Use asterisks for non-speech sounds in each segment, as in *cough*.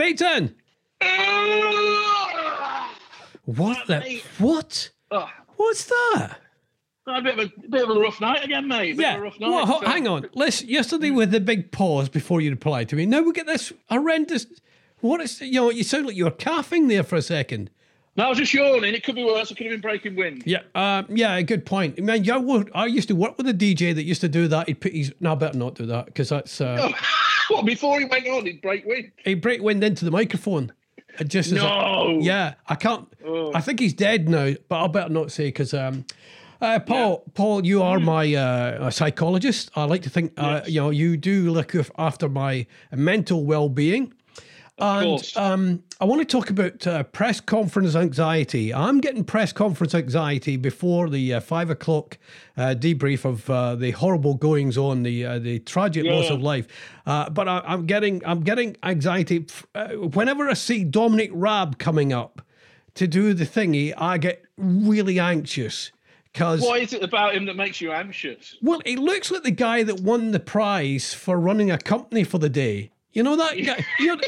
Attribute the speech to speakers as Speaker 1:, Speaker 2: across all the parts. Speaker 1: Satan! What the?
Speaker 2: mate.
Speaker 1: What?
Speaker 2: Oh,
Speaker 1: What's that?
Speaker 2: a bit of a bit of a rough night again, mate. Bit
Speaker 1: Yeah.
Speaker 2: of a rough night.
Speaker 1: Well, ho-
Speaker 2: so-
Speaker 1: hang on. Let's yesterday with the big pause before you replied to me. Now we get this horrendous. What is you know? You sound like you were coughing there for a second.
Speaker 2: No, I was just yawning. It could be worse. I could have been breaking wind.
Speaker 1: Yeah. Um, yeah. Good point. Man, yeah, I, would- I used to work with a DJ that used to do that. He'd put his. No, I better not do that because that's. Uh,
Speaker 2: *laughs* Well, before he went on, he'd break wind.
Speaker 1: He'd break wind into the microphone. It just as a-
Speaker 2: No.
Speaker 1: Yeah, I can't. I think he's dead now, but I better not say because um, uh, Paul, Paul, you are my uh, a psychologist. I like to think uh, you know you do look af- after my mental well-being. And
Speaker 2: course.
Speaker 1: um, I want to talk about uh, press conference anxiety. I'm getting press conference anxiety before the uh, five o'clock uh, debrief of uh, the horrible goings on, the uh, the tragic loss of life. Uh, but I, I'm getting I'm getting anxiety f- uh, whenever I see Dominic Raab coming up to do the thingy. I get really anxious because
Speaker 2: What is it about him that makes you anxious?
Speaker 1: well, it looks like the guy that won the prize for running a company for the day. You know that guy. You know,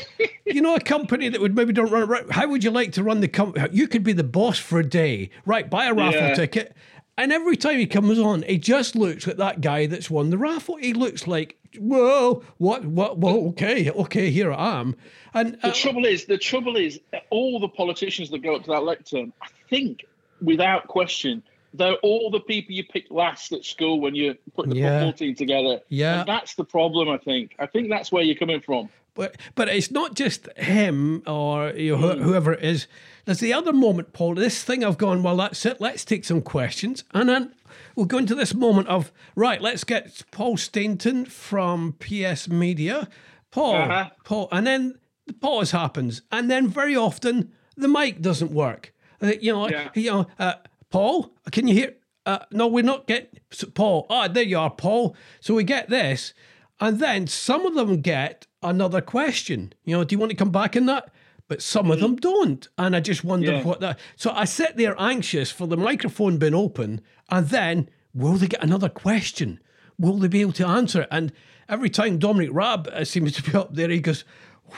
Speaker 1: you know a company that would maybe don't run. right, How would you like to run the company? You could be the boss for a day, right? Buy a raffle
Speaker 2: Yeah.
Speaker 1: ticket, and every time he comes on, he just looks like that guy that's won the raffle. He looks like, whoa, what, what, whoa, okay, okay, here I am, and
Speaker 2: The
Speaker 1: uh,
Speaker 2: trouble is, the trouble is, all the politicians that go up to that lectern, I think, without question, they're all the people you picked last at school when you're putting the
Speaker 1: Yeah.
Speaker 2: football team together.
Speaker 1: Yeah.
Speaker 2: and that's the problem. I think. I think that's where you're coming from.
Speaker 1: But but it's not just him or you know, wh- whoever it is. There's the other moment, Paul. This thing I've gone. Well, that's it. Let's take some questions, and then we'll go into this moment of right. Let's get Paul Stainton from PS Media. Paul,
Speaker 2: Uh-huh.
Speaker 1: Paul, and then the pause happens, and then very often the mic doesn't work. Uh, You know,
Speaker 2: Yeah.
Speaker 1: you know, uh, Paul, can you hear? Uh, no, we're not getting so, Paul. Ah, there you are, Paul. So we get this, and then some of them get another question. You know, do you want to come back in that? But some of them don't, and I just wonder
Speaker 2: Mm-hmm. Yeah.
Speaker 1: what that. So I sit there anxious for the microphone being open, and then will they get another question? Will they be able to answer it? And every time Dominic Raab uh, seems to be up there, he goes,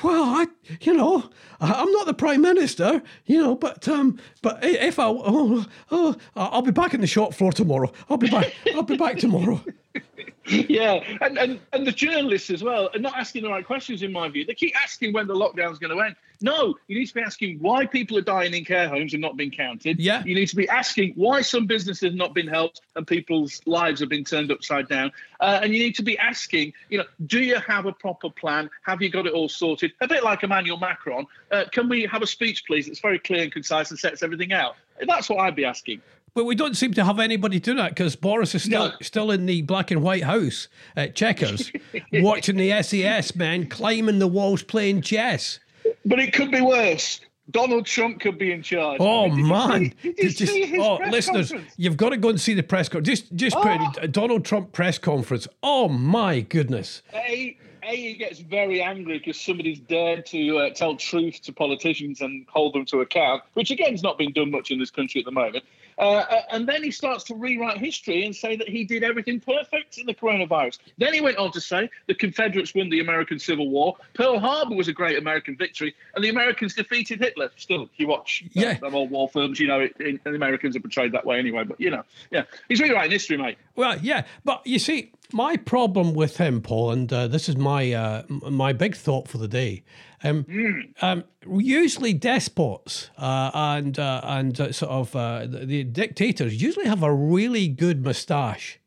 Speaker 1: "Well, I, you know, I, I'm not the prime minister, you know, but um, but i- if I, oh, oh, I- I'll be back in the shop floor tomorrow. I'll be back. I'll be back tomorrow.
Speaker 2: *laughs* Yeah, and, and and the journalists as well are not asking the right questions in my view. They keep asking when the lockdown's going to end. No, you need to be asking why people are dying in care homes and not being counted.
Speaker 1: Yeah.
Speaker 2: you need to be asking why some businesses have not been helped and people's lives have been turned upside down. Uh, and you need to be asking, you know, do you have a proper plan? Have you got it all sorted? A bit like Emmanuel Macron. Uh, can we have a speech, please, that's very clear and concise and sets everything out? That's what I'd be asking.
Speaker 1: But we don't seem to have anybody do that because Boris is still
Speaker 2: No.
Speaker 1: still in the black and white house at
Speaker 2: *laughs*
Speaker 1: Checkers, watching the SES man climbing the walls playing chess.
Speaker 2: But it could be worse. Donald Trump could be in charge.
Speaker 1: Oh
Speaker 2: *laughs* I mean, did you
Speaker 1: man!
Speaker 2: see- did you
Speaker 1: Just-
Speaker 2: see his
Speaker 1: oh,
Speaker 2: press
Speaker 1: listeners,
Speaker 2: conference? Oh.
Speaker 1: you've got to go and see the press conference. Just, just put in a Donald Trump press conference. Oh my goodness!
Speaker 2: A, A, he gets very angry because somebody's dared to uh, tell truth to politicians and hold them to account, which again has not been done much in this country at the moment. Uh, uh, and then he starts to rewrite history and say that he did everything perfect in the coronavirus. Then he went on to say the Confederates won the American Civil War, Pearl Harbor was a great American victory, and the Americans defeated Hitler. Still, you watch uh,
Speaker 1: Yeah.
Speaker 2: them old war films, you know, it, it, the Americans are portrayed that way anyway. But you know, yeah, he's rewriting history, mate.
Speaker 1: Well, yeah, but you see, my problem with him, Paul, and uh, this is my uh, m- my big thought for the day. Um,
Speaker 2: Hmm.
Speaker 1: um, usually, despots uh, and uh, and uh, sort of uh, the, the dictators usually have a really good moustache.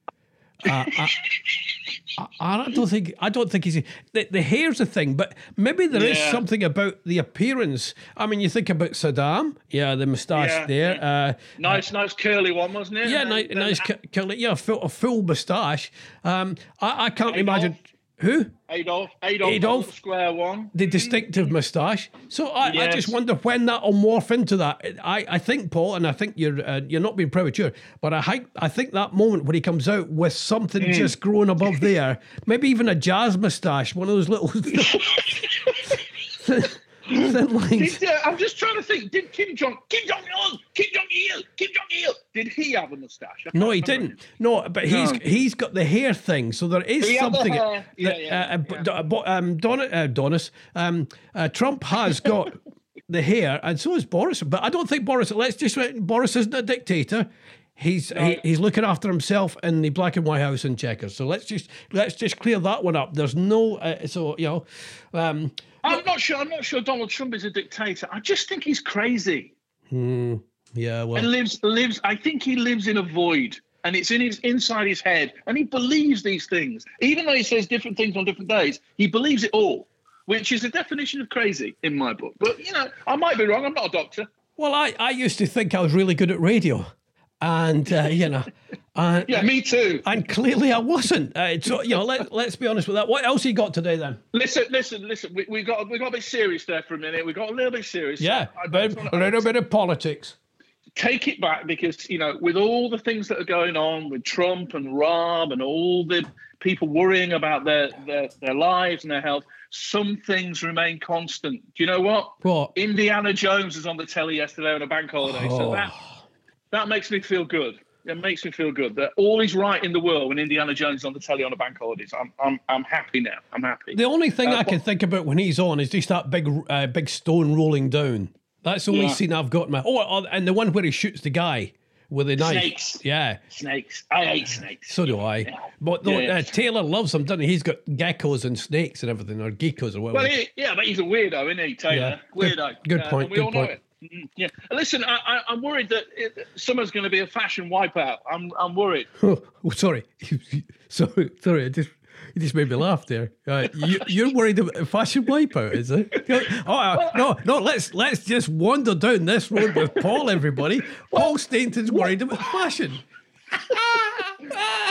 Speaker 1: Uh, I, I I don't think I don't think he's the, the hair's a thing, but maybe there is
Speaker 2: Yeah.
Speaker 1: something about the appearance. I mean, you think about Saddam, yeah, the moustache
Speaker 2: Yeah,
Speaker 1: there. Uh,
Speaker 2: Nice, nice curly one, wasn't it?
Speaker 1: yeah,
Speaker 2: And
Speaker 1: nice,
Speaker 2: then-
Speaker 1: nice cu- curly. Yeah, a full, a full moustache. Um, I, I can't imagine who
Speaker 2: Adolf, Adolf,
Speaker 1: Adolf.
Speaker 2: square one.
Speaker 1: the distinctive moustache. So I, I just
Speaker 2: Yes.
Speaker 1: wonder when that'll morph into that. I, I think Paul, and I think you're uh, you're not being premature, but I think I think that moment when he comes out with something
Speaker 2: Hmm.
Speaker 1: just growing above there, *laughs*
Speaker 2: *laughs*
Speaker 1: maybe even a jazz moustache, one of those little. then like
Speaker 2: Did, uh, I'm just trying to think. Did Kim Jong Kim Jong Un Kim Jong Il Kim Jong Il did he have a mustache? I
Speaker 1: no,
Speaker 2: can't
Speaker 1: he
Speaker 2: remember.
Speaker 1: didn't. No, but he's
Speaker 2: No.
Speaker 1: he's got the hair thing, so there is
Speaker 2: He had the *laughs*
Speaker 1: something.
Speaker 2: hair. Yeah,
Speaker 1: that,
Speaker 2: yeah,
Speaker 1: uh,
Speaker 2: yeah.
Speaker 1: Bo- uh, Bo- um, Don, uh, Donis, um, uh, Trump
Speaker 2: *laughs*
Speaker 1: has got the hair, and so is Boris. But I don't think Boris. Let's just Boris isn't a dictator. He's he, he's looking after himself in the black and white house and checkers. So let's just let's just clear that one up. There's no uh, so you know. Um,
Speaker 2: I'm not sure. I'm not sure Donald Trump is a dictator. I just think he's crazy
Speaker 1: hmm, yeah, well,
Speaker 2: and lives lives. I think he lives in a void, and it's in his inside his head, and he believes these things, even though he says different things on different days. He believes it all, which is the definition of crazy in my book. But you know, I might be wrong. I'm not a doctor.
Speaker 1: Well, I, I used to think I was really good at radio, and uh, you know, and,
Speaker 2: Yeah, me too.
Speaker 1: and clearly I wasn't. Uh, so you know, let let's be honest with that. What else you got today then?
Speaker 2: Listen, listen, listen. We, we got we got a bit serious there for a minute. We got a little bit serious.
Speaker 1: Yeah,
Speaker 2: I- I
Speaker 1: bit-
Speaker 2: just wanna-
Speaker 1: a little bit of politics.
Speaker 2: take it back because you know with all the things that are going on with Trump and Rob and all the people worrying about their their, their lives and their health, some things remain constant. Do you know what?
Speaker 1: What?
Speaker 2: Indiana Jones was on the telly yesterday on a bank holiday, so
Speaker 1: Oh.
Speaker 2: that that makes me feel good. It makes me feel good that all is right in the world when Indiana Jones is on the telly on a bank holiday. So I'm I'm I'm happy now. I'm happy.
Speaker 1: The only thing I can think about when he's on is just that big uh, big stone rolling down. That's the only
Speaker 2: Yeah.
Speaker 1: scene I've got in my. Oh, oh, and the one where he shoots the guy with the knife.
Speaker 2: Snakes.
Speaker 1: Yeah,
Speaker 2: Snakes. I hate snakes.
Speaker 1: so do I. But though,
Speaker 2: Yeah.
Speaker 1: uh, Taylor loves him, doesn't he? He's got geckos and snakes and everything, or geckos or whatever.
Speaker 2: Well, he, yeah, but he's a weirdo, isn't he, Taylor?
Speaker 1: Yeah. Good-
Speaker 2: Weirdo.
Speaker 1: good
Speaker 2: Uh,
Speaker 1: point,
Speaker 2: We
Speaker 1: good
Speaker 2: all
Speaker 1: point.
Speaker 2: know it. Mhm, Yeah. Listen, I, I, I'm worried that it, summer's going to be a fashion wipeout. I'm, I'm worried.
Speaker 1: Oh, oh, *laughs* sorry, sorry, sorry. I just you just made me laugh there. Uh, you, you're worried about fashion wipeout, is it? *laughs* Oh uh, no, no. Let's let's just wander down this road with Paul. Everybody, Paul Stainton's worried about fashion.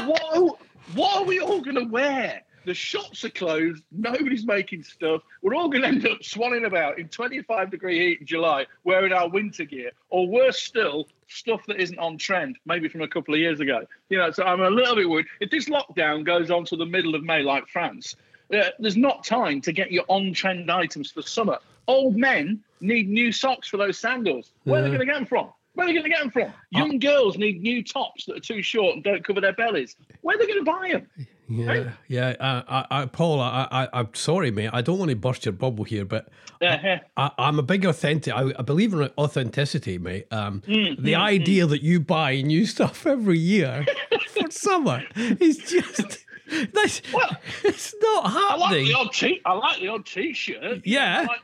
Speaker 2: What, are- what are we all going to wear? The shops are closed. Nobody's making stuff. We're all going to end up swanning about in 25 degree heat in July, wearing our winter gear, or worse still, stuff that isn't on trend, maybe from a couple of years ago. You know, so I'm a little bit worried. If this lockdown goes on to the middle of May, like France, uh, there's not time to get your on trend items for summer. Old men need new socks for those sandals. Where are they going to get them from? Where are they going to get them from? Young girls need new tops that are too short and don't cover their bellies. Where are they going to buy them?
Speaker 1: Yeah, yeah. Uh, I, I, Paul, I, I, I'm sorry, mate. I don't want to burst your bubble here, but
Speaker 2: Uh,
Speaker 1: I, I'm a big authentic. I, I believe in authenticity, mate. Um,
Speaker 2: Mm,
Speaker 1: the idea that you buy new stuff every year *laughs* for summer is just that's
Speaker 2: Well,
Speaker 1: it's not
Speaker 2: I like
Speaker 1: happening.
Speaker 2: the odd t. I like the odd t-shirt.
Speaker 1: Yeah.
Speaker 2: I, like-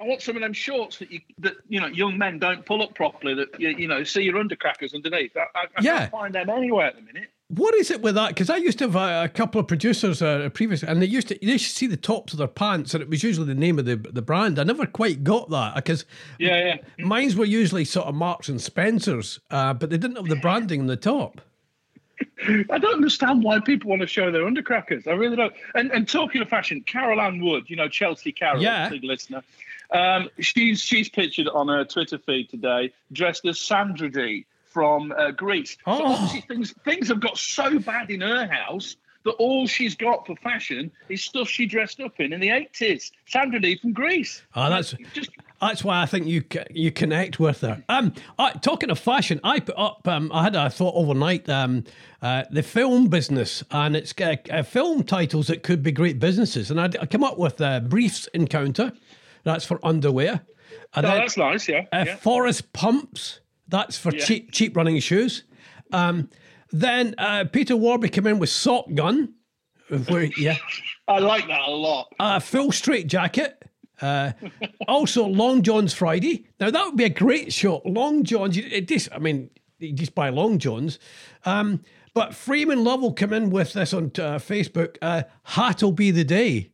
Speaker 2: I want some of them shorts that you that you know young men don't pull up properly. That you, you know see your undercrackers underneath. I, I, I
Speaker 1: Yeah.
Speaker 2: can't find them anywhere at the minute.
Speaker 1: What is it with that? Because I used to have a, a couple of producers uh, previous, and they used to they used to see the tops of their pants, and it was usually the name of the the brand. I never quite got that because
Speaker 2: Yeah, yeah.
Speaker 1: mine's were usually sort of Marks and Spencers, uh, but they didn't have the branding on the top.
Speaker 2: I don't understand why people want to show their undercrackers. I really don't. And and talking of fashion, Carol Ann Wood, you know Chelsea Carol,
Speaker 1: Yeah.
Speaker 2: big listener. Um, she's she's pictured on her Twitter feed today, dressed as Sandra D from uh, Greece. So
Speaker 1: Oh.
Speaker 2: obviously things things have got so bad in her house that all she's got for fashion is stuff she dressed up in in the eighties. Sandra D from Greece.
Speaker 1: Ah, that's-
Speaker 2: just
Speaker 1: That's why I think you c- you connect with her. Um, uh, talking of fashion, I put up. Um, I had a thought overnight. Um, uh, the film business and it's uh, uh, film titles that could be great businesses, and I, I came up with uh, briefs encounter. That's for underwear. And
Speaker 2: no,
Speaker 1: then,
Speaker 2: oh, that's nice. Yeah.
Speaker 1: uh,
Speaker 2: yeah.
Speaker 1: Forest pumps. That's for cheap cheap running shoes. Um, then uh, Peter Warby came in with sock gun. Where, yeah.
Speaker 2: I like that a lot.
Speaker 1: A full straight jacket. Uh, also, Long John's Friday. Now that would be a great shot. Long John's. you- It just, I mean, you just buy Long John's. Um, but Freeman Love will come in with this on uh, Facebook. Uh, Hat'll be the day.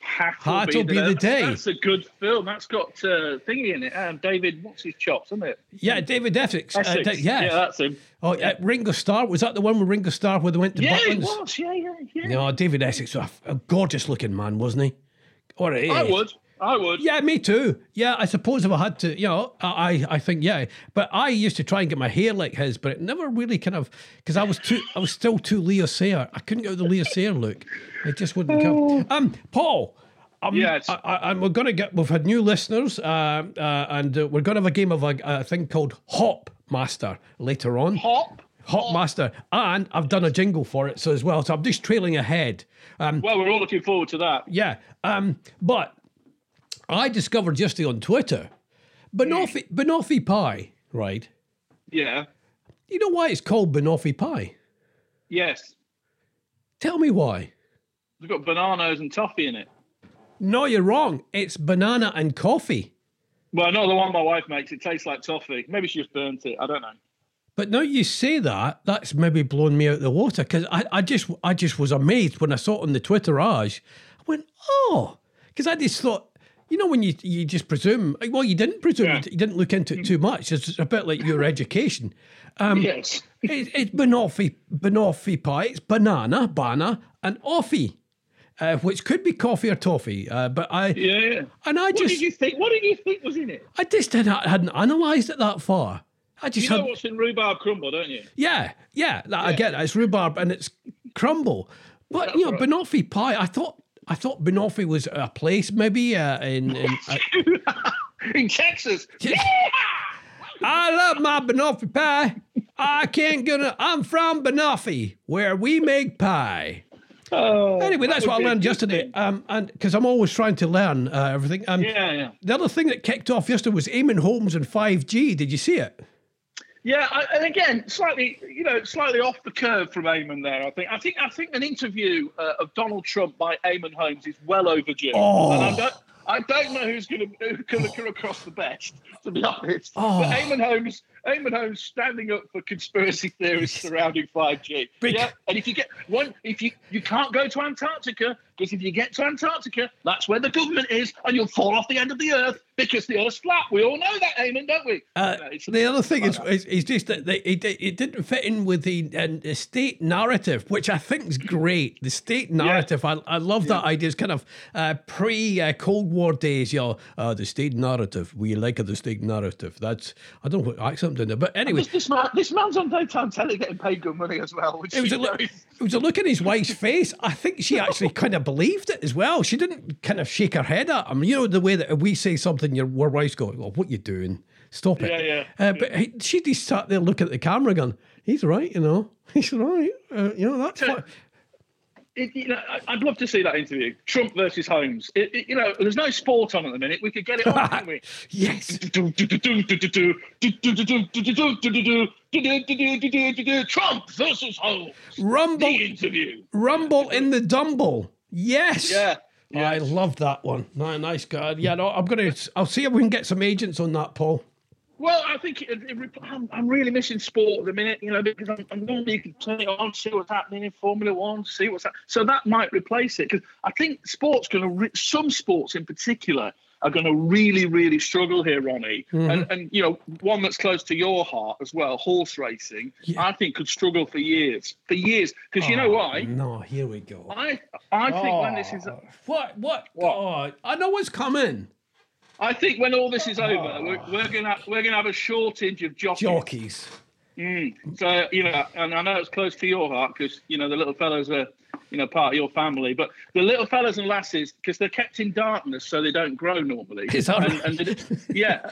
Speaker 2: Heart
Speaker 1: Heart'll Be the Day.
Speaker 2: That's a good film. That's got uh, thingy in it. Um, David, what's his chops, isn't it?
Speaker 1: Yeah, Uh, David Essex. Uh,
Speaker 2: Essex.
Speaker 1: da- yeah.
Speaker 2: yeah, that's him.
Speaker 1: Oh, uh, Ringo Starr. Was that the one with Ringo Starr where they went to
Speaker 2: Yeah, it
Speaker 1: Butlins?
Speaker 2: was. Yeah, yeah, yeah.
Speaker 1: No, David Essex was a, a gorgeous looking man, wasn't he? Or he
Speaker 2: I
Speaker 1: is.
Speaker 2: would. I would.
Speaker 1: Yeah, me too. Yeah, I suppose if I had to, you know, I, I I think yeah. But I used to try and get my hair like his, but it never really kind of because I was too I was still too Leo Sayer. I couldn't get the Leo Sayer look. It just wouldn't come. Um, Paul, I'm,
Speaker 2: Yes.
Speaker 1: I, I, and we're going to get, we've had new listeners, uh, uh, and uh, we're going to have a game of a, a thing called Hop Master later on.
Speaker 2: Hop.
Speaker 1: Hop Master. And I've done a jingle for it so as well. So I'm just trailing ahead.
Speaker 2: Well, we're all looking forward to that.
Speaker 1: Yeah. Um, but I discovered yesterday on Twitter, Banoffee, Banoffee Pie, right?
Speaker 2: Yeah.
Speaker 1: You know why it's called Banoffee Pie?
Speaker 2: Yes.
Speaker 1: Tell me why.
Speaker 2: They've got bananas and toffee in it.
Speaker 1: No, you're wrong. It's banana and coffee.
Speaker 2: Well, not the one my wife makes. It tastes like toffee. Maybe she just burnt it. I don't know.
Speaker 1: But now you say that, that's maybe blown me out the water because I, I just I just was amazed when I saw it on the Twitterage. I went, oh, because I just thought, you know, when you you just presume, well, you didn't presume,
Speaker 2: Yeah.
Speaker 1: you didn't look into it too much. It's a bit like your education. Um,
Speaker 2: yes.
Speaker 1: It, it's banoffee, banoffee pie. It's banana, bana, and offie, uh, which could be coffee or toffee. Uh, but I
Speaker 2: Yeah. yeah.
Speaker 1: and I
Speaker 2: What
Speaker 1: just
Speaker 2: did you think? What did you think was in it?
Speaker 1: I just hadn't, hadn't analysed it that far. I just
Speaker 2: You know
Speaker 1: had
Speaker 2: what's in rhubarb crumble, don't you?
Speaker 1: Yeah, yeah, that, I get that. It's rhubarb and it's crumble, but you know,
Speaker 2: right.
Speaker 1: banoffee pie. I thought I thought banoffee was a place, maybe uh, in.
Speaker 2: *laughs*
Speaker 1: in I,
Speaker 2: in Texas.
Speaker 1: I love my banoffee pie. I can't get. it. I'm from Banoffee, where we make pie.
Speaker 2: Oh,
Speaker 1: Anyway,
Speaker 2: that
Speaker 1: that's
Speaker 2: would
Speaker 1: what I
Speaker 2: be a
Speaker 1: learned
Speaker 2: good
Speaker 1: yesterday.
Speaker 2: thing.
Speaker 1: Um, and because I'm always trying to learn uh, everything. Um,
Speaker 2: Yeah, yeah.
Speaker 1: The other thing that kicked off yesterday was Eamon Holmes and 5G. Did you see it?
Speaker 2: Yeah, I, and again, slightly, you know, slightly off the curve from Eamon there. I think, I think, I think an interview uh, of Donald Trump by Eamon Holmes is well overdue.
Speaker 1: Oh.
Speaker 2: And I don't, I don't know who's going to going to come across the best, to be honest.
Speaker 1: Oh.
Speaker 2: But Eamon Holmes, Eamon Holmes, standing up for conspiracy theorists surrounding five G.
Speaker 1: Big-
Speaker 2: Yeah, and if you get one, if you you can't go to Antarctica because if you get to Antarctica, that's where the government is, and you'll fall off the end of the earth because the Earth's flat. We all know that, Eamon, don't we?
Speaker 1: Uh,
Speaker 2: No, it's-
Speaker 1: the other thing is, is, is just that they, it, it didn't fit in with the, um, the state narrative, which I think is great. The state narrative, I, I love that idea. It's kind of uh, pre uh, Cold War days, you know, uh, the state narrative. We like the state narrative. That's, I don't know what accent in there, but anyway.
Speaker 2: This, this, man, this man's on daytime telly getting paid good money as well. Which
Speaker 1: It was, a
Speaker 2: you know
Speaker 1: look,
Speaker 2: is-
Speaker 1: it was a look in his
Speaker 2: *laughs*
Speaker 1: wife's face. I think she actually kind of believed it as well. She didn't kind of shake her head at him. You know, the way that we say something, your, your wife's going, Well, what you doing? Stop it.
Speaker 2: Yeah, yeah,
Speaker 1: Uh, but he, she just sat there looking at the camera going, He's right, you know. *laughs* He's right. Uh, you know, that's what.
Speaker 2: it- you know, I- I'd love to see that interview. Trump versus Holmes. It, it- you know, there's no sport on at the minute. We could get it
Speaker 1: *laughs*
Speaker 2: on, couldn't *laughs* we?
Speaker 1: Yes.
Speaker 2: Trump versus Holmes. The
Speaker 1: Rumble,
Speaker 2: interview.
Speaker 1: rumble in the dumble. Yes.
Speaker 2: Yeah. yeah.
Speaker 1: I love that one. Ni- Nice guy. Yeah, no, I'm gonna. I'll see if we can get some agents on that, Paul.
Speaker 2: Well, I think it, it, it- I'm, I'm really missing sport at the minute, you know, because I'm, I'm normally you can turn it on, see what's happening in Formula One, see what's happening. So that might replace it because I think sports going to re- some sports in particular are going to really, really struggle here, Ronnie.
Speaker 1: Mm-hmm.
Speaker 2: And, and you know, one that's close to your heart as well, horse racing.
Speaker 1: Yeah.
Speaker 2: I think could struggle for years, for years. Because you know
Speaker 1: Oh,
Speaker 2: why?
Speaker 1: No, here we go.
Speaker 2: I I think when this is
Speaker 1: Oh, what what
Speaker 2: What?
Speaker 1: God, I know what's coming.
Speaker 2: I think when all this is over, we're, we're gonna we're gonna have a shortage of jockeys.
Speaker 1: Jockeys.
Speaker 2: Mm. So you know, and I know it's close to your heart because you know the little fellas are, you know, part of your family. But the little fellas and lasses, because they're kept in darkness, so they don't
Speaker 1: *laughs*
Speaker 2: grow normally.
Speaker 1: Is that
Speaker 2: and,
Speaker 1: right?
Speaker 2: and they- yeah,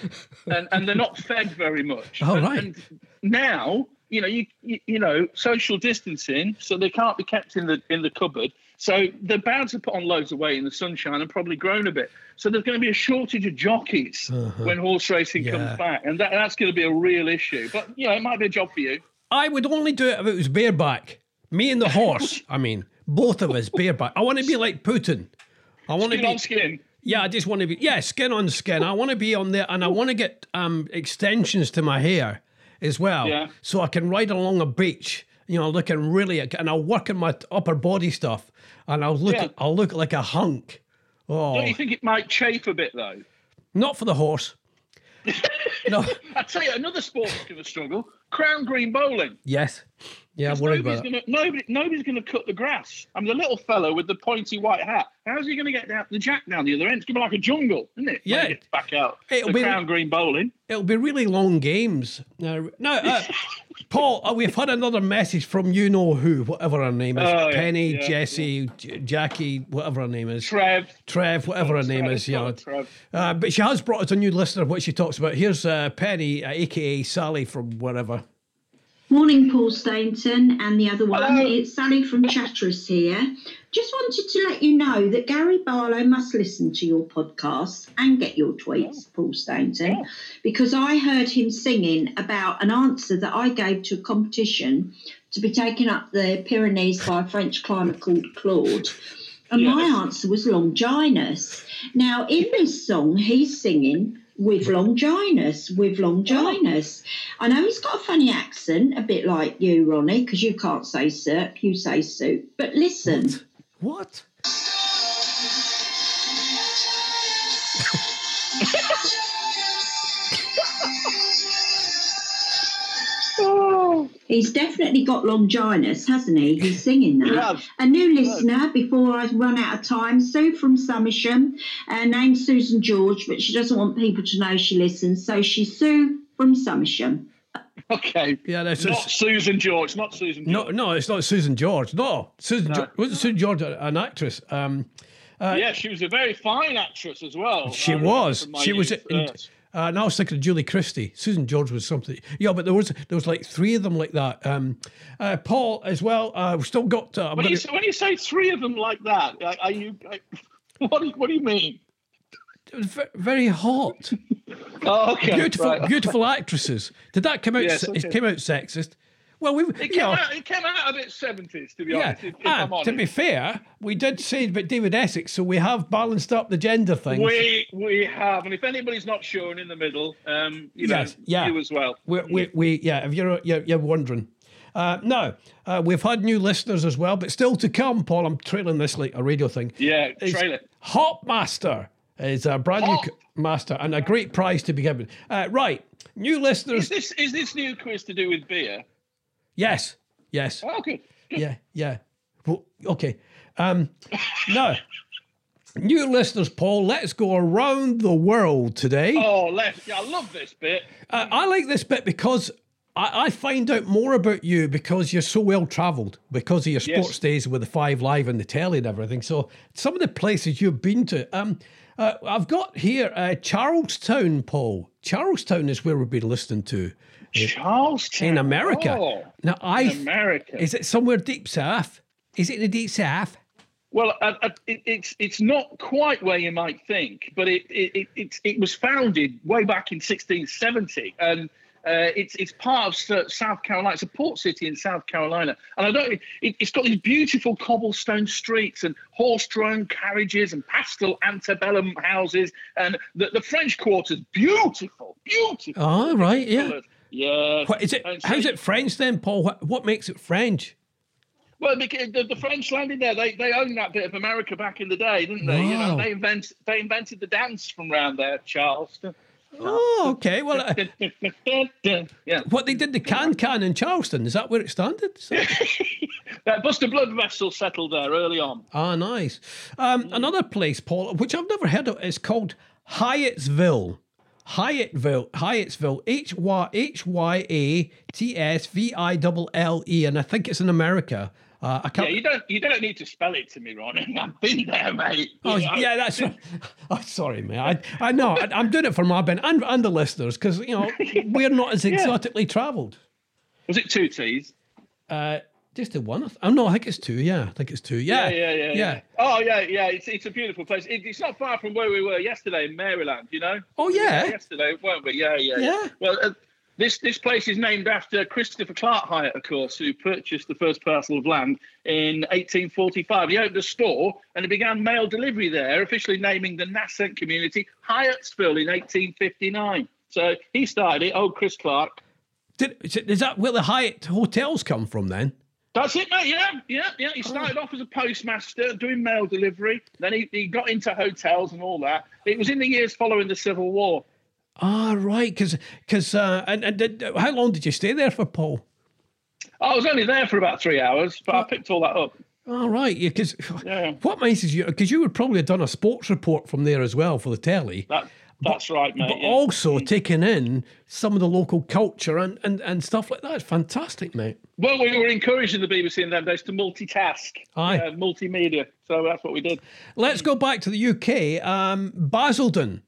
Speaker 2: and, and they're not fed very much.
Speaker 1: Oh,
Speaker 2: And-
Speaker 1: right.
Speaker 2: And now, you know, you, you you know, social distancing, so they can't be kept in the in the cupboard. So they're bound to put on loads of weight in the sunshine and probably grown a bit. So there's going to be a shortage of jockeys when horse racing
Speaker 1: Uh-huh. Yeah.
Speaker 2: comes back, and that, that's going to be a real issue. But you know, it might be a job for you.
Speaker 1: I would only do it if it was bareback. Me and the
Speaker 2: *laughs*
Speaker 1: horse. I mean, both of us bareback. I want to be like Putin. I want to
Speaker 2: Skin on
Speaker 1: be.
Speaker 2: skin.
Speaker 1: Yeah, I just want to be. Yeah, skin on skin. I want to be on there, and I want to get um extensions to my hair as well,
Speaker 2: Yeah.
Speaker 1: so I can ride along a beach. You know, looking really, and I'll work on my upper body stuff, and I'll look,
Speaker 2: Yeah.
Speaker 1: I'll look like a hunk. Oh,
Speaker 2: Don't you think it might chafe a bit though? *laughs*
Speaker 1: not for the horse. no.
Speaker 2: I tell you, another sport's going to struggle: Crown Green Bowling.
Speaker 1: Yes. Yeah, I'm worried
Speaker 2: Nobody's
Speaker 1: about
Speaker 2: gonna, nobody, nobody's going to cut the grass. I'm the little fellow with the pointy white hat. How's he going to get down, the jack down the other end? It's going to be like a jungle, isn't it?
Speaker 1: Yeah.
Speaker 2: When he gets back out.
Speaker 1: It'll
Speaker 2: the
Speaker 1: be-
Speaker 2: Crown Green Bowling.
Speaker 1: it. It'll be really long games. Now, now
Speaker 2: *laughs*
Speaker 1: uh, Paul, uh, we've had another message from you know who, whatever her name is,
Speaker 2: Oh, yeah,
Speaker 1: Penny,
Speaker 2: yeah,
Speaker 1: Jessie, J- Jackie, whatever her name is,
Speaker 2: Trev. Oh,
Speaker 1: Trev, whatever her name
Speaker 2: Trev,
Speaker 1: is. Yeah.
Speaker 2: Trev.
Speaker 1: Uh, but she has brought us a new listener, which she talks about. Here's uh, Penny, uh, aka Sally from wherever.
Speaker 3: Morning, Paul Stainton and the other one.
Speaker 2: Hello.
Speaker 3: It's Sally from Chatteris here. Just wanted to let you know that Gary Barlow must listen to your podcast and get your tweets, Paul Stainton, because I heard him singing about an answer that I gave to a competition to be taken up the Pyrenees by a French climber called Claude. And my answer was Longinus. Now, in this song, he's singing with Longinus, with Longinus. I know he's got a funny accent, a bit like you, Ronnie, because you can't say SERP, you say soup. But listen,
Speaker 1: What?
Speaker 2: Oh,
Speaker 3: he's definitely got Longinus, hasn't he? He's singing that.
Speaker 2: has.
Speaker 3: A new listener, before I run out of time, Sue from Somersham, uh, named Susan George, but she doesn't want people to know she listens, so she's Sue from Somersham.
Speaker 2: okay.
Speaker 1: Yeah, that's
Speaker 2: Not
Speaker 1: just.
Speaker 2: Susan George. Not Susan George.
Speaker 1: No, no, it's not Susan George. No, Susan
Speaker 2: No.
Speaker 1: George, wasn't Susan George a- an actress? Um,
Speaker 2: yeah, she was a very fine actress as well.
Speaker 1: She
Speaker 2: I remember
Speaker 1: was.
Speaker 2: from my
Speaker 1: She was.
Speaker 2: youth,
Speaker 1: In,
Speaker 2: yes.
Speaker 1: uh, and I was thinking of Julie Christie. Susan George was something. Yeah, but there was there was like three of them like that. Um, uh, Paul as well. Uh, we've still got. Uh, I'm
Speaker 2: When
Speaker 1: gonna-
Speaker 2: you, say, when you say three of them like that, are, are *laughs* you? Like, what, do you- what do you mean?
Speaker 1: it was ve- very
Speaker 2: *laughs*
Speaker 1: hot.
Speaker 2: Oh, okay.
Speaker 1: Beautiful,
Speaker 2: right.
Speaker 1: beautiful actresses. Did that come out?
Speaker 2: Yes,
Speaker 1: se-
Speaker 2: okay.
Speaker 1: It came out sexist. Well, we.
Speaker 2: It
Speaker 1: you
Speaker 2: came,
Speaker 1: know,
Speaker 2: out, it came out a bit 70s, to be
Speaker 1: Yeah,
Speaker 2: honest. If, if I'm
Speaker 1: and
Speaker 2: honest.
Speaker 1: to be fair, we did say about David Essex, so we have balanced up the gender thing.
Speaker 2: We we have, and if anybody's not sure and in the middle, um, you
Speaker 1: Yes,
Speaker 2: know,
Speaker 1: yeah.
Speaker 2: you as well.
Speaker 1: we, we, we yeah, if you're you're, you're wondering. Uh, now, uh, we've had new listeners as well, but still to come, Paul. I'm trailing this like a radio thing.
Speaker 2: Yeah,
Speaker 1: Is
Speaker 2: trailer.
Speaker 1: Hop Master is a brand new
Speaker 2: Hop.
Speaker 1: c- master and a great prize to be given. Uh, right, new
Speaker 2: Is
Speaker 1: listeners.
Speaker 2: this is this new quiz to do with beer?
Speaker 1: Yes, yes.
Speaker 2: Oh, good.
Speaker 1: yeah, yeah. Well, okay. Um, now, new listeners, Paul. Let's go around the world today.
Speaker 2: Oh, left. Yeah, I love this bit.
Speaker 1: Uh, I like this bit because I, I find out more about you because you're so well travelled because of your
Speaker 2: Yes.
Speaker 1: sports days with the Five Live and the telly and everything. So some of the places you've been to. Um, uh, I've got here uh, Charlestown, Paul. Charlestown is where we've been listening to
Speaker 2: Charlestown
Speaker 1: in America.
Speaker 2: Oh,
Speaker 1: now, I
Speaker 2: America.
Speaker 1: is it somewhere deep south? Is it in the deep south?
Speaker 2: Well, I, I, it, it's it's not quite where you might think, but it it, it, it, it was founded way back in 1670, and uh, it's it's part of Sur- South Carolina. It's a port city in South Carolina, and I don't. It, it's got these beautiful cobblestone streets and horse-drawn carriages and pastel antebellum houses, and the, the French Quarter's beautiful, beautiful.
Speaker 1: Oh, right, yeah.
Speaker 2: Yeah.
Speaker 1: What, is it?
Speaker 2: And so-
Speaker 1: How's it French then, Paul? What, what makes it French?
Speaker 2: Well, because the, the French landed there. They they owned that bit of America back in the day, didn't they? You
Speaker 1: Wow.
Speaker 2: know, they invent they invented the dance from round there, Charleston.
Speaker 1: Oh, okay. Well, uh,
Speaker 2: *laughs* yeah,
Speaker 1: what they did the can can in Charleston is that where it started? Is that-
Speaker 2: that Buster Blood vessel settled there early on.
Speaker 1: ah, nice. Um, another place, Paul, which I've never heard of, is called Hyattsville. Hyattville, Hyattsville, H Y H Y A T S V I L L E, and I think it's in America. Uh, I
Speaker 2: Yeah,
Speaker 1: can't.
Speaker 2: you don't you don't need to spell it to me, Ronnie. *laughs* I've been there, mate.
Speaker 1: *laughs* Oh,
Speaker 2: You know?
Speaker 1: yeah, that's right. *laughs* Oh, sorry, man. I, I know. I, I'm doing it for my ben and, and the listeners because you
Speaker 2: *laughs*
Speaker 1: know we're not as exotically travelled.
Speaker 2: Was it two T's?
Speaker 1: Uh, just the one. I th- Oh no, I think it's two. Yeah, I think it's two. Yeah,
Speaker 2: yeah, yeah, yeah. yeah. Oh, yeah, yeah. It's it's a beautiful place. It, it's not far from where we were yesterday in Maryland. You know.
Speaker 1: Oh yeah.
Speaker 2: yesterday, weren't we? Yeah, yeah.
Speaker 1: Yeah.
Speaker 2: Well, uh, this this place is named after Christopher Clark Hyatt, of course, who purchased the first parcel of land in 1845. He opened a store and he began mail delivery there, officially naming the nascent community Hyattsville in 1859. So he started it. Old Chris Clark.
Speaker 1: Did, is it- is that where the Hyatt hotels come from then?
Speaker 2: That's it, mate. Yeah, yeah, yeah.
Speaker 1: Oh.
Speaker 2: He started off as a postmaster doing mail delivery. Then he, he got into hotels and all that. It was in the years following the Civil War.
Speaker 1: Ah, right, because because uh, and and did, how long did you stay there for, Paul?
Speaker 2: I was only there for about three hours, but I picked all that up.
Speaker 1: All Ah, right, yeah, because
Speaker 2: Yeah.
Speaker 1: what makes you because you would probably have done a sports report from there as well for the telly.
Speaker 2: That that's right, mate.
Speaker 1: but
Speaker 2: yeah.
Speaker 1: also taking in some of the local culture and, and, and stuff like that. It's fantastic, mate.
Speaker 2: well, we were encouraging the BBC in them days to multitask,
Speaker 1: Aye.
Speaker 2: uh, multimedia. So that's what we did.
Speaker 1: Let's go back to the UK. Um, Basildon.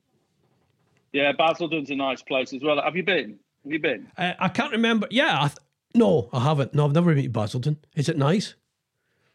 Speaker 2: Yeah, Basildon's a nice place as well. Have you been? Have you been?
Speaker 1: Uh, I can't remember. Yeah, I th- no, I haven't. No, I've never been to Basildon. Is it nice?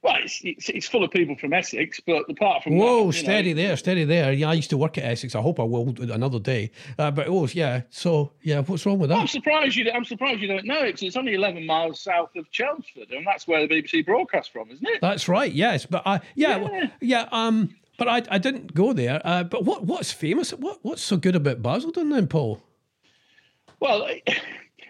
Speaker 2: Well, it's, it's, it's full of people from Essex, but apart from that,
Speaker 1: Whoa,
Speaker 2: you know,
Speaker 1: steady there, steady there. Yeah, I used to work at Essex. I hope I will another day. Uh, but oh, yeah. So yeah, what's wrong with
Speaker 2: I'm
Speaker 1: that?
Speaker 2: surprised you. I'm surprised you don't know it. 'cause It's only 11 miles south of Chelmsford, and that's where the BBC broadcast from, isn't it?
Speaker 1: That's right. Yes, but I yeah yeah, yeah um. But I, I didn't go there. Uh, but what what's famous? What what's so good about Basildon then, Paul?
Speaker 2: Well, it,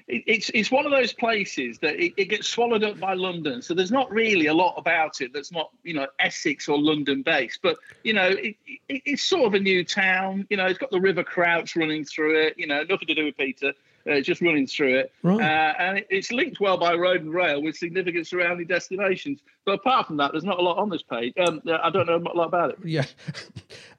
Speaker 2: it's it's one of those places that it, it gets swallowed up by London. So there's not really a lot about it that's not you know Essex or London based. But you know it, it, it's sort of a new town. You know it's got the River Crouch running through it. You know nothing to do with Peter. Uh, just running through it,
Speaker 1: Right.
Speaker 2: uh, and it, it's linked well by road and rail with significant surrounding destinations. But apart from that, there's not a lot on this page. Um, I don't know a lot about it.
Speaker 1: Yeah. *laughs*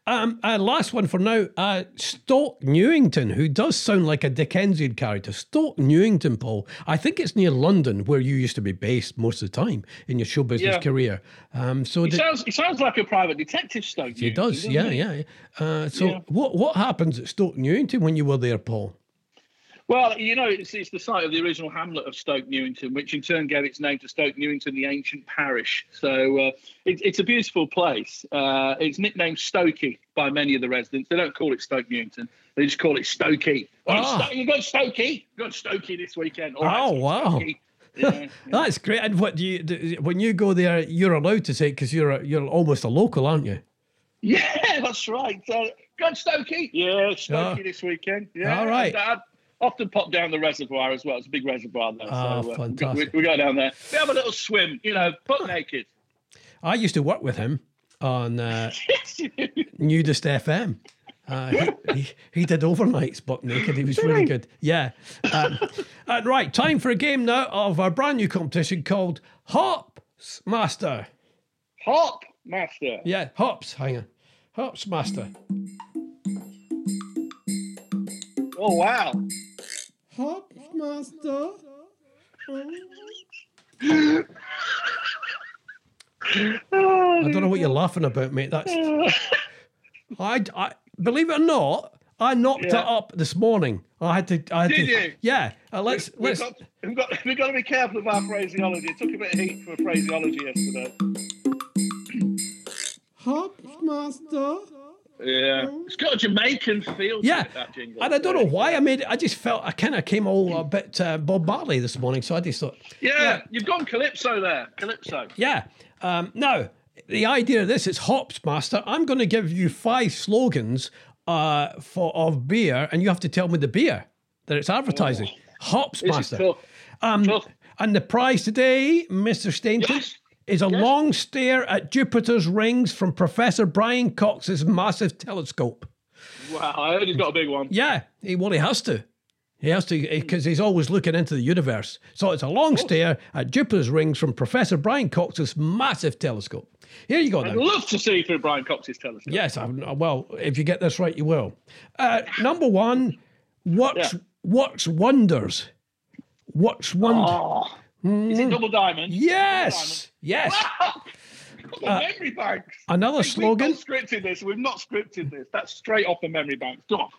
Speaker 1: Um, uh, last one for now. Uh, Stoke Newington, who does sound like a Dickensian character. Stoke Newington, Paul. I think it's near London, where you used to be based most of the time in your show business
Speaker 2: Yeah.
Speaker 1: career. Um, so
Speaker 2: It
Speaker 1: did-
Speaker 2: sounds it sounds like a private detective story.
Speaker 1: it does, yeah, yeah. Uh, so
Speaker 2: Yeah.
Speaker 1: what what happens at Stoke Newington when you were there, Paul?
Speaker 2: Well, you know, it's, it's the site of the original hamlet of Stoke Newington, which in turn gave its name to Stoke Newington, the ancient parish. So uh, it, it's a beautiful place. Uh, it's nicknamed Stokey by many of the residents. They don't call it Stoke Newington; they just call it Stokey. Oh, it's
Speaker 1: Ah.
Speaker 2: Sto- you got Stokey? You got Stokey this weekend? All right,
Speaker 1: Oh,
Speaker 2: so it's
Speaker 1: wow.
Speaker 2: Stokey.
Speaker 1: *laughs*
Speaker 2: Yeah.
Speaker 1: That's great. And what do you do, when you go there? You're allowed to say because you're a, you're almost a local, aren't you? *laughs*
Speaker 2: Yeah, that's right. Uh, God, Stokey. Yeah, Stokey
Speaker 1: Ah.
Speaker 2: this weekend. Yeah,
Speaker 1: All right.
Speaker 2: And I often pop down the reservoir as well. It's a big reservoir there.
Speaker 1: Ah,
Speaker 2: so, uh,
Speaker 1: fantastic.
Speaker 2: We, we go down there. We have a little swim, you know,
Speaker 1: *laughs*
Speaker 2: butt naked.
Speaker 1: I used to work with him on. Uh, Nudist FM. Uh, he, he, he did overnights buck naked. He was really good. Yeah. Um, and right, time for a game now of our brand new competition called Hops Master.
Speaker 2: Hop, master.
Speaker 1: Yeah, hops. Hang on. Hops Master.
Speaker 2: Oh, wow.
Speaker 1: Hops Master. Oh. I don't know what you're
Speaker 2: Mm-hmm.
Speaker 1: laughing about, mate.
Speaker 2: *laughs*
Speaker 1: That's I, I believe it or not, I knocked
Speaker 2: Yeah.
Speaker 1: it up this morning. I had to. I had to,
Speaker 2: Did you?
Speaker 1: Yeah. Uh, let's
Speaker 2: We've
Speaker 1: let's.
Speaker 2: got, we've, got, *laughs* we've got to be careful of our phraseology. It took a bit of heat for phraseology yesterday.
Speaker 1: Hops Master.
Speaker 2: Yeah. Mm-hmm. It's got a Jamaican feel to
Speaker 1: Yeah,
Speaker 2: it, that jingle.
Speaker 1: and I don't know why I made it. I just felt I kind of came all a bit uh, Bob Marley this morning, so I just thought,
Speaker 2: Yeah,
Speaker 1: Yeah.
Speaker 2: you've gone Calypso there. Calypso.
Speaker 1: yeah. Um, now the idea of this is hops, master. I'm going to give you five slogans uh, for of beer, and you have to tell me the beer that it's advertising. hops,
Speaker 2: Oh. This is
Speaker 1: master.
Speaker 2: tough.
Speaker 1: Um,
Speaker 2: tough.
Speaker 1: and the prize today, Mister Stainton.
Speaker 2: Yes.
Speaker 1: Is a long stare at Jupiter's rings from Professor Brian Cox's massive telescope.
Speaker 2: Wow, I heard he's got a big one.
Speaker 1: Yeah, he, well, he has to. He has to because he's always looking into the universe. So it's a long stare at Jupiter's rings from Professor Brian Cox's massive telescope. Here you go
Speaker 2: I'd
Speaker 1: now.
Speaker 2: love to see through Brian Cox's telescope.
Speaker 1: Yes, i well, if you get this right, you will. Uh, number one, works
Speaker 2: Yeah.
Speaker 1: works wonders. Works wonder.
Speaker 2: Oh, is it double diamond?
Speaker 1: yes, yes.
Speaker 2: Double diamond? memory banks.
Speaker 1: Another slogan.
Speaker 2: We've not scripted this. We've not scripted this. That's straight off the memory banks. Go on.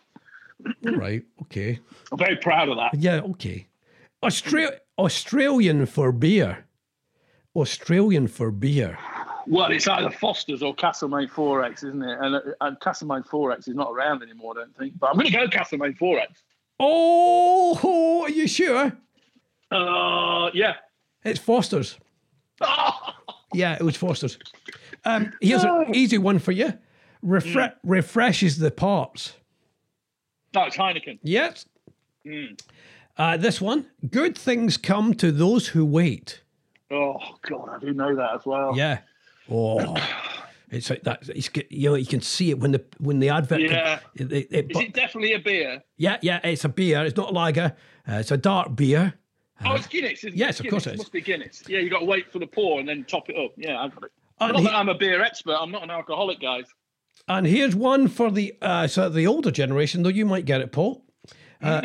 Speaker 1: All right. Okay.
Speaker 2: I'm very proud of that.
Speaker 1: Yeah. Okay. Austra- Australian for beer. Australian for beer.
Speaker 2: Well, it's either Foster's or Castlemaine Forex, isn't it? And, uh, and Castlemaine Forex is not around anymore, I don't think. But I'm going to go Castlemaine Forex.
Speaker 1: Oh, are you sure?
Speaker 2: Uh, yeah. *laughs*
Speaker 1: It's Foster's. Yeah, it was Foster's. Um, here's
Speaker 2: Oh.
Speaker 1: an easy one for you. Refre-
Speaker 2: Mm.
Speaker 1: Refreshes the parts.
Speaker 2: No, it's Heineken.
Speaker 1: Yes.
Speaker 2: Mm.
Speaker 1: Uh, this one. Good things come to those who wait.
Speaker 2: Oh, God, I do know that as well.
Speaker 1: Yeah. Oh. It's like that. It's get- you know you can see it when the when the advert.
Speaker 2: Yeah.
Speaker 1: It, it- it-
Speaker 2: Is it definitely a beer?
Speaker 1: yeah, yeah. It's a beer. It's not a lager. Uh, it's a dark beer.
Speaker 2: Oh, it's Guinness. Isn't
Speaker 1: yes,
Speaker 2: it?
Speaker 1: of
Speaker 2: Guinness.
Speaker 1: course it is.
Speaker 2: must be Guinness. Yeah, you got to wait for the pour and then top it up. Yeah, I got it.
Speaker 1: Oh,
Speaker 2: Not
Speaker 1: he-
Speaker 2: that I'm a beer expert. I'm not an alcoholic, guys. *laughs*
Speaker 1: And here's one for the uh, so the older generation, though you might get it, Paul.
Speaker 2: *laughs*
Speaker 1: Uh,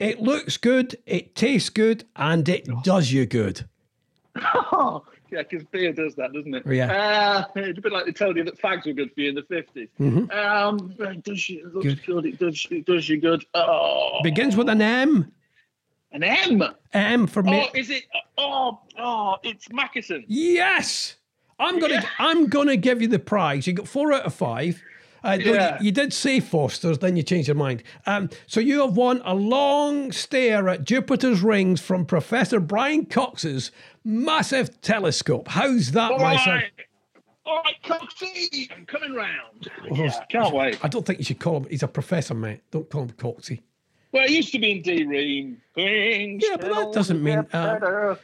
Speaker 1: it looks good, it tastes good, and it does you good.
Speaker 2: Oh, yeah, because beer does that, doesn't it?
Speaker 1: Yeah.
Speaker 2: Uh, it's a bit like they told you that fags were good for you in the 50s. Um, it does you, it looks
Speaker 1: Mm-hmm. Good.
Speaker 2: good. It does, it does you good. Oh,
Speaker 1: Begins with an M.
Speaker 2: an M.
Speaker 1: M for me.
Speaker 2: Oh, is it? Oh, oh, it's Mackeson.
Speaker 1: Yes, I'm gonna
Speaker 2: Yeah.
Speaker 1: I'm gonna give you the prize. You got four out of five. Uh, though you-
Speaker 2: Yeah.
Speaker 1: you, did say Foster's, then you changed your mind. Um, so you have won a long stare at Jupiter's rings from Professor Brian Cox's massive telescope. How's that,
Speaker 2: All
Speaker 1: my
Speaker 2: right.
Speaker 1: son?
Speaker 2: All right, Coxie, I'm coming round.
Speaker 1: Oh,
Speaker 2: Yeah, can't wait.
Speaker 1: I don't think you should call him. He's a professor, mate. Don't call him Coxey.
Speaker 2: Well, it used to be in D-Ream.
Speaker 1: Yeah, but that doesn't mean, uh, Don't-
Speaker 2: yeah,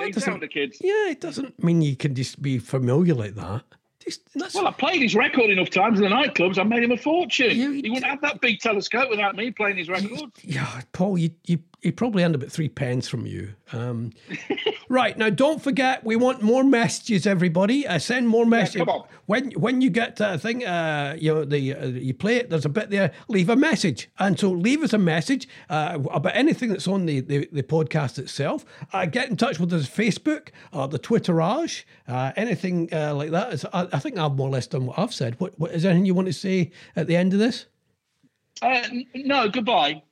Speaker 1: that
Speaker 2: he's
Speaker 1: doesn't-
Speaker 2: down the kids.
Speaker 1: yeah, it doesn't mean you can just be familiar like that. Just, that's,
Speaker 2: Well, I played his record enough times in the nightclubs. I made him a fortune.
Speaker 1: You
Speaker 2: he wouldn't
Speaker 1: did.
Speaker 2: have that big telescope without me playing his record.
Speaker 1: yeah, Paul, you, you you probably end up at three pence from you. Um, *laughs* right now, don't forget we want more messages, everybody. Uh, send more messages
Speaker 2: come on.
Speaker 1: when when you get uh, thing. Uh, you know the uh, you play it. There's a bit there. Leave a message, and so leave us a message uh, about anything that's on the the, the podcast itself. Uh, get in touch with us Facebook, uh, the Twitterage, uh, anything uh, like that. It's- I, I think I've more or less done what I've said. What, what is there anything you want to say at the end of this?
Speaker 2: Uh, n- no, goodbye.